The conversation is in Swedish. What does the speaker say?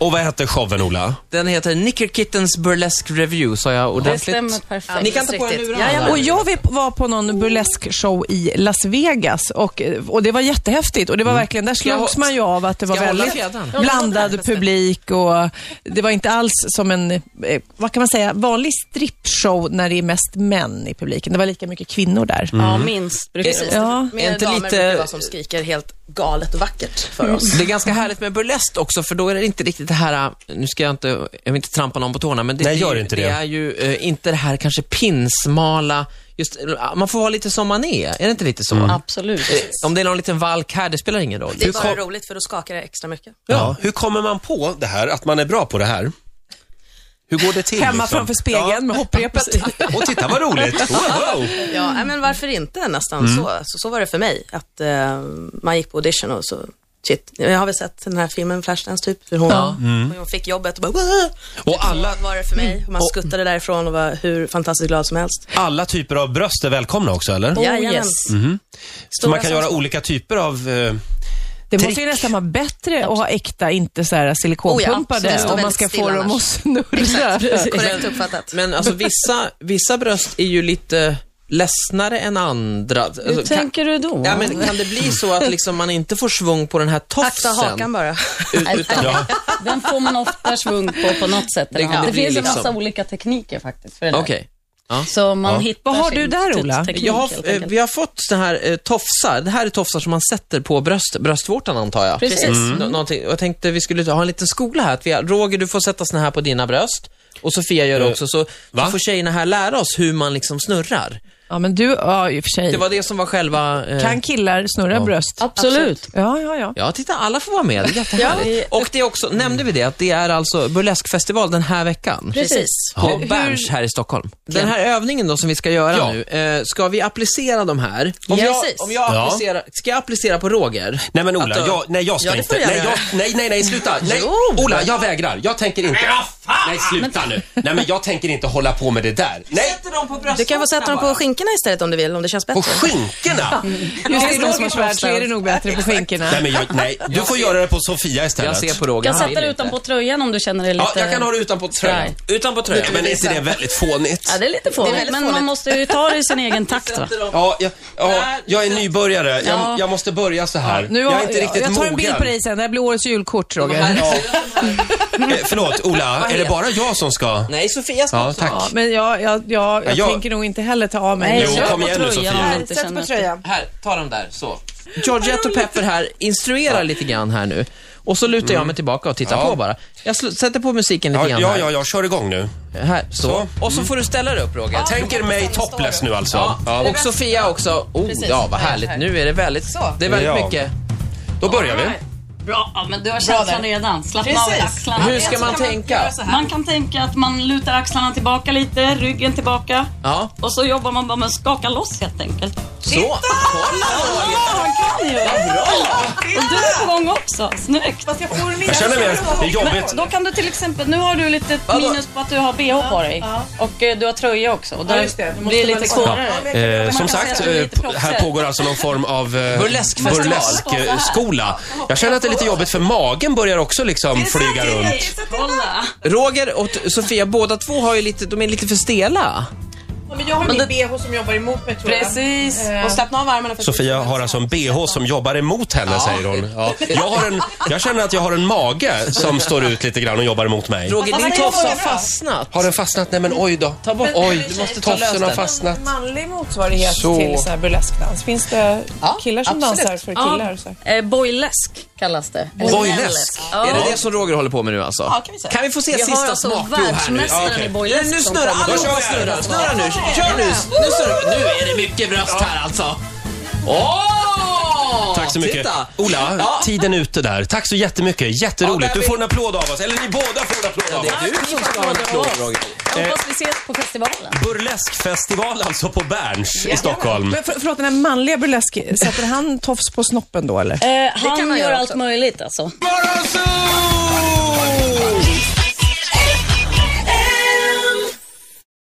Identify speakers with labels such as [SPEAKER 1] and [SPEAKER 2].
[SPEAKER 1] Och vad hette showen, Ola?
[SPEAKER 2] Den heter Nicker Kittens Burlesque Review, sa jag
[SPEAKER 3] Det
[SPEAKER 2] ordentligt.
[SPEAKER 3] stämmer perfekt.
[SPEAKER 4] Ni kan ta på er
[SPEAKER 5] Riktigt.
[SPEAKER 4] lurarna.
[SPEAKER 5] Jajamän.
[SPEAKER 6] Och jag vi- var på någon burleskshow i Las Vegas och, och det var jättehäftigt. Och det var verkligen, där
[SPEAKER 2] Mm. jag
[SPEAKER 6] slogs
[SPEAKER 2] hå-
[SPEAKER 6] man ju av att det var
[SPEAKER 2] jag hålla
[SPEAKER 6] väldigt
[SPEAKER 2] fjädern?
[SPEAKER 6] blandad publik och det var inte alls som en, eh, vad kan man säga, vanlig strippshow när det är mest män i publiken. Det var lika mycket kvinnor där.
[SPEAKER 2] Mm.
[SPEAKER 3] Ja, minst. brukar det
[SPEAKER 4] Precis.
[SPEAKER 3] vara.
[SPEAKER 6] Ja.
[SPEAKER 4] Mer
[SPEAKER 2] Inte
[SPEAKER 4] damer
[SPEAKER 2] lite-
[SPEAKER 4] brukar vara som skriker helt galet vackert för oss.
[SPEAKER 2] Det är ganska härligt med burleskt också, för då är det inte riktigt det här, äh, nu ska jag inte, jag vill inte trampa någon på tårna, men det,
[SPEAKER 1] Nej,
[SPEAKER 2] är ju-
[SPEAKER 1] gör inte det.
[SPEAKER 2] är ju eh, inte det här kanske pinsmala, just, eh, man får vara lite som man är, är det inte lite så?
[SPEAKER 1] Mm.
[SPEAKER 3] Absolut.
[SPEAKER 2] Eh, Om det är någon liten valk här, det spelar ingen roll.
[SPEAKER 4] Det är
[SPEAKER 1] kom-
[SPEAKER 4] bara roligt för då skakar det extra mycket.
[SPEAKER 1] Ja. Hur kommer man på det här, att man är bra på det här? Hur går det till?
[SPEAKER 6] Hemma
[SPEAKER 1] liksom?
[SPEAKER 6] framför spegeln med hopprepet.
[SPEAKER 1] Ja. Och titta vad roligt! Wow.
[SPEAKER 4] Ja, nej, men varför inte nästan så. så. Så var det för mig, att eh, man gick på audition och så, shit, jag har väl sett den här filmen Flashdance typ, hur hon, hur hon fick jobbet och bara, Wah!
[SPEAKER 1] Och alla,
[SPEAKER 4] Så var det för mig. Och man skuttade därifrån och var hur fantastiskt glad som helst.
[SPEAKER 1] alla typer av bröst är välkomna också, eller?
[SPEAKER 4] Oh,
[SPEAKER 3] yes.
[SPEAKER 1] Så man kan
[SPEAKER 4] som
[SPEAKER 1] göra
[SPEAKER 4] små.
[SPEAKER 1] olika typer av... Eh,
[SPEAKER 6] Det
[SPEAKER 1] Trick.
[SPEAKER 6] måste ju nästan vara bättre att ha äkta, inte så här
[SPEAKER 4] Oh ja, så
[SPEAKER 6] silikonpumpade
[SPEAKER 4] det står
[SPEAKER 6] om man
[SPEAKER 4] väldigt
[SPEAKER 6] ska få
[SPEAKER 4] stilla
[SPEAKER 6] dem att
[SPEAKER 4] annars.
[SPEAKER 6] snurra.
[SPEAKER 4] Korrekt uppfattat.
[SPEAKER 2] Men alltså vissa, vissa bröst är ju lite ledsnare än andra. Alltså,
[SPEAKER 3] Hur
[SPEAKER 2] kan-
[SPEAKER 3] tänker du då?
[SPEAKER 2] Ja, men kan det bli så att liksom man inte får svung på den här
[SPEAKER 4] Akta
[SPEAKER 2] tofsen?
[SPEAKER 4] hakan bara.
[SPEAKER 2] ut- Utan,
[SPEAKER 3] Den får man ofta svung på på något sätt.
[SPEAKER 2] Det
[SPEAKER 3] Eller
[SPEAKER 2] kan
[SPEAKER 3] annat.
[SPEAKER 2] det
[SPEAKER 3] Det,
[SPEAKER 2] bli
[SPEAKER 3] finns ju
[SPEAKER 2] liksom.
[SPEAKER 3] massa olika tekniker faktiskt. För det där.
[SPEAKER 2] Okej.
[SPEAKER 3] Så man hittar
[SPEAKER 6] Vad har
[SPEAKER 3] sin
[SPEAKER 6] du där, Ola?
[SPEAKER 3] tutsteknik,
[SPEAKER 2] Jag har,
[SPEAKER 3] helt
[SPEAKER 2] eh,
[SPEAKER 3] enkelt.
[SPEAKER 2] vi har fått såna här eh, tofsar. Det här är tofsar som man sätter på bröst, bröstvårtan antar jag.
[SPEAKER 3] Precis. Mm.
[SPEAKER 2] Nå- någonting. Och jag tänkte vi skulle ha en liten skola här. Att vi har, Roger, du får sätta såna här på dina bröst. Och Sofia gör det också. Så, så
[SPEAKER 1] va?
[SPEAKER 2] får tjejerna här lära oss hur man liksom snurrar.
[SPEAKER 6] Ja, men du, ja i och för sig.
[SPEAKER 2] Det var det som var själva... eh,
[SPEAKER 6] Kan killar snurra bröst?
[SPEAKER 3] Absolut.
[SPEAKER 6] Ja, ja, ja.
[SPEAKER 2] Ja, titta, alla får vara med. Det är jättehärligt. Och det är också, nämnde vi det, att det är alltså burleskfestival den här veckan.
[SPEAKER 3] Precis.
[SPEAKER 2] På Berns här i Stockholm. Den här övningen då som vi ska göra
[SPEAKER 1] Ja.
[SPEAKER 2] nu, eh, ska vi applicera de här? Om
[SPEAKER 4] Ja. Precis.
[SPEAKER 2] jag, om jag
[SPEAKER 1] Ja.
[SPEAKER 2] applicerar, ska jag applicera på Roger?
[SPEAKER 1] nej men Ola,
[SPEAKER 2] Att, eh,
[SPEAKER 1] jag, nej jag ska
[SPEAKER 4] Ja, det
[SPEAKER 1] inte.
[SPEAKER 4] får du
[SPEAKER 1] Nej,
[SPEAKER 4] gärna
[SPEAKER 1] jag, nej, nej, nej, sluta. Nej, Ola, jag vägrar. Jag tänker inte. Nej, sluta nu. Nej, men jag tänker inte hålla på med det där. Nej,
[SPEAKER 2] Sätter dem på
[SPEAKER 4] Du kan få sätta dem på skinkorna istället om du vill, om det känns bättre.
[SPEAKER 1] på skinkorna!
[SPEAKER 6] Just i
[SPEAKER 3] det är
[SPEAKER 6] Rogers värld så är det nog bättre på skinkorna.
[SPEAKER 1] Nej, men jag, nej, du får göra det på Sofia
[SPEAKER 2] Jag
[SPEAKER 1] istället.
[SPEAKER 2] ser på Roger,
[SPEAKER 3] Jag
[SPEAKER 2] han
[SPEAKER 3] sätter
[SPEAKER 2] vill
[SPEAKER 3] utan
[SPEAKER 2] inte.
[SPEAKER 3] på tröjan om du känner dig
[SPEAKER 1] Ja,
[SPEAKER 3] lite...
[SPEAKER 1] jag kan ha det utanpå tröjan.
[SPEAKER 3] Skraj.
[SPEAKER 2] Utanpå tröjan.
[SPEAKER 1] Men är inte det väldigt fånigt?
[SPEAKER 3] Ja, det är lite fånigt,
[SPEAKER 4] väldigt
[SPEAKER 3] men
[SPEAKER 4] fånigt.
[SPEAKER 3] man måste ju ta det i sin egen takt. Va?
[SPEAKER 1] Ja, jag, ja, jag är nybörjare.
[SPEAKER 3] Ja.
[SPEAKER 1] Jag, jag måste börja så här.
[SPEAKER 6] Nu,
[SPEAKER 1] jag är inte riktigt
[SPEAKER 6] jag tar en
[SPEAKER 1] mogen.
[SPEAKER 6] bild på dig sen. Det här blir årets julkort, Roger.
[SPEAKER 2] Ja.
[SPEAKER 1] Eh, förlåt, Ola. är det bara jag som ska?
[SPEAKER 2] Nej, Sofia ska
[SPEAKER 1] Ja,
[SPEAKER 2] också
[SPEAKER 1] tack.
[SPEAKER 2] ha.
[SPEAKER 6] Ja, men jag, jag, jag, jag
[SPEAKER 1] jag-
[SPEAKER 6] tänker nog inte heller ta av mig.
[SPEAKER 3] Nej,
[SPEAKER 1] Jo,
[SPEAKER 3] kör
[SPEAKER 1] kom
[SPEAKER 3] på
[SPEAKER 1] igen nu,
[SPEAKER 3] tröjan
[SPEAKER 1] Sofia.
[SPEAKER 3] om du inte
[SPEAKER 4] Sätt
[SPEAKER 3] känner
[SPEAKER 4] på
[SPEAKER 3] att-
[SPEAKER 4] tröjan.
[SPEAKER 2] Här, ta dem där. Så. Georgette och Pepper här instruerar lite grann här nu. Och så lutar jag mig tillbaka och tittar
[SPEAKER 1] Ja.
[SPEAKER 2] på bara. Jag sl- sätter på musiken lite
[SPEAKER 1] Ja,
[SPEAKER 2] grann
[SPEAKER 1] ja, ja, jag kör igång nu.
[SPEAKER 2] här. här så.
[SPEAKER 1] Så.
[SPEAKER 2] Och så får du ställa dig upp Roger.
[SPEAKER 1] Tänker mig topless nu alltså.
[SPEAKER 2] Ja.
[SPEAKER 1] Ja.
[SPEAKER 2] Och Sofia också. Oh, ja, vad härligt. Nu är det väldigt, det är väldigt
[SPEAKER 1] Ja.
[SPEAKER 2] mycket.
[SPEAKER 1] Då börjar vi.
[SPEAKER 3] Bra, ja, men du har känslan redan. Slappna av i axlarna.
[SPEAKER 2] Hur ska man tänka?
[SPEAKER 3] Man kan tänka att man lutar axlarna tillbaka lite, ryggen tillbaka.
[SPEAKER 2] Ja,
[SPEAKER 3] Och så jobbar man bara med att skaka loss helt enkelt.
[SPEAKER 2] så. Kolla!
[SPEAKER 3] Och du är på gång också. Snyggt.
[SPEAKER 1] Jag känner mig, det är jobbigt.
[SPEAKER 3] Då kan du till exempel, nu har du lite minus på att du har bh på dig. Och eh, du har tröja också. Och där blir det lite svårare.
[SPEAKER 1] Eh, som
[SPEAKER 3] kan säga
[SPEAKER 1] sagt,
[SPEAKER 3] att du är lite
[SPEAKER 1] eh, här
[SPEAKER 3] proffsig.
[SPEAKER 1] pågår alltså någon form av eh,
[SPEAKER 2] Burleskfestival.
[SPEAKER 1] burleskskola. Jag känner att det är lite jobbigt för magen börjar också liksom flyga runt.
[SPEAKER 3] Kolla.
[SPEAKER 2] Roger och t- Sofia, båda två har ju lite, de är lite för stela.
[SPEAKER 5] Men jag har min bh som jobbar emot mig tror jag.
[SPEAKER 3] Precis.
[SPEAKER 4] Och slappna av armarna. För
[SPEAKER 1] Sofia har alltså en bh som jobbar emot henne, säger hon. Ja. Jag, har en, jag känner att jag har en mage som står ut lite grann och jobbar emot mig.
[SPEAKER 2] Roger, din
[SPEAKER 5] nej,
[SPEAKER 2] tofs
[SPEAKER 5] jag
[SPEAKER 2] har
[SPEAKER 5] var bra.
[SPEAKER 2] fastnat.
[SPEAKER 1] Har den fastnat? Nej men oj då.
[SPEAKER 2] Ta bort. Oj, du måste ta lös
[SPEAKER 1] Tofsen har
[SPEAKER 2] den.
[SPEAKER 1] fastnat.
[SPEAKER 5] Manlig motsvarighet
[SPEAKER 1] Så.
[SPEAKER 5] till så här burleskdans. Finns det killar som
[SPEAKER 2] absolut.
[SPEAKER 5] dansar för killar? Så? här?
[SPEAKER 3] Eh, boylesk kallas det. Eller
[SPEAKER 1] Boylesk?
[SPEAKER 3] nelllesk.
[SPEAKER 2] Är
[SPEAKER 3] Ja.
[SPEAKER 2] det det som Roger håller på med nu alltså?
[SPEAKER 5] Ja, kan vi säga.
[SPEAKER 2] Kan vi få se
[SPEAKER 3] Vi har
[SPEAKER 2] sista
[SPEAKER 3] alltså
[SPEAKER 2] smakprov här nu?
[SPEAKER 3] världsmästaren
[SPEAKER 1] Ja, okej.
[SPEAKER 3] i boylesk
[SPEAKER 2] Nu
[SPEAKER 3] som
[SPEAKER 2] snurrar
[SPEAKER 3] kommer.
[SPEAKER 2] allihopa, snurrar, snurrar nu. Kör nu, nu snurrar Nu är det mycket bröst här alltså. Åh!
[SPEAKER 1] Tack så mycket.
[SPEAKER 2] Titta.
[SPEAKER 1] Ola,
[SPEAKER 2] Ja.
[SPEAKER 1] tiden är ute där. Tack så jättemycket. Jätteroligt.
[SPEAKER 2] Ja, där
[SPEAKER 1] Du får
[SPEAKER 2] vi-
[SPEAKER 1] en applåd av oss. Eller ni båda får en applåd av
[SPEAKER 2] Det
[SPEAKER 1] oss.
[SPEAKER 2] är du som ska ha en applåd Roger.
[SPEAKER 3] Jag
[SPEAKER 1] Eh,
[SPEAKER 3] hoppas vi ses på festivalen.
[SPEAKER 1] Burleskfestival alltså på Berns i Stockholm.
[SPEAKER 6] Men för, förlåt, den här manliga burlesk, sätter han tofs på snoppen då eller?
[SPEAKER 3] Eh, han
[SPEAKER 4] man
[SPEAKER 3] gör
[SPEAKER 4] göra
[SPEAKER 3] allt
[SPEAKER 4] också.
[SPEAKER 3] möjligt alltså.
[SPEAKER 1] Morgonzoo!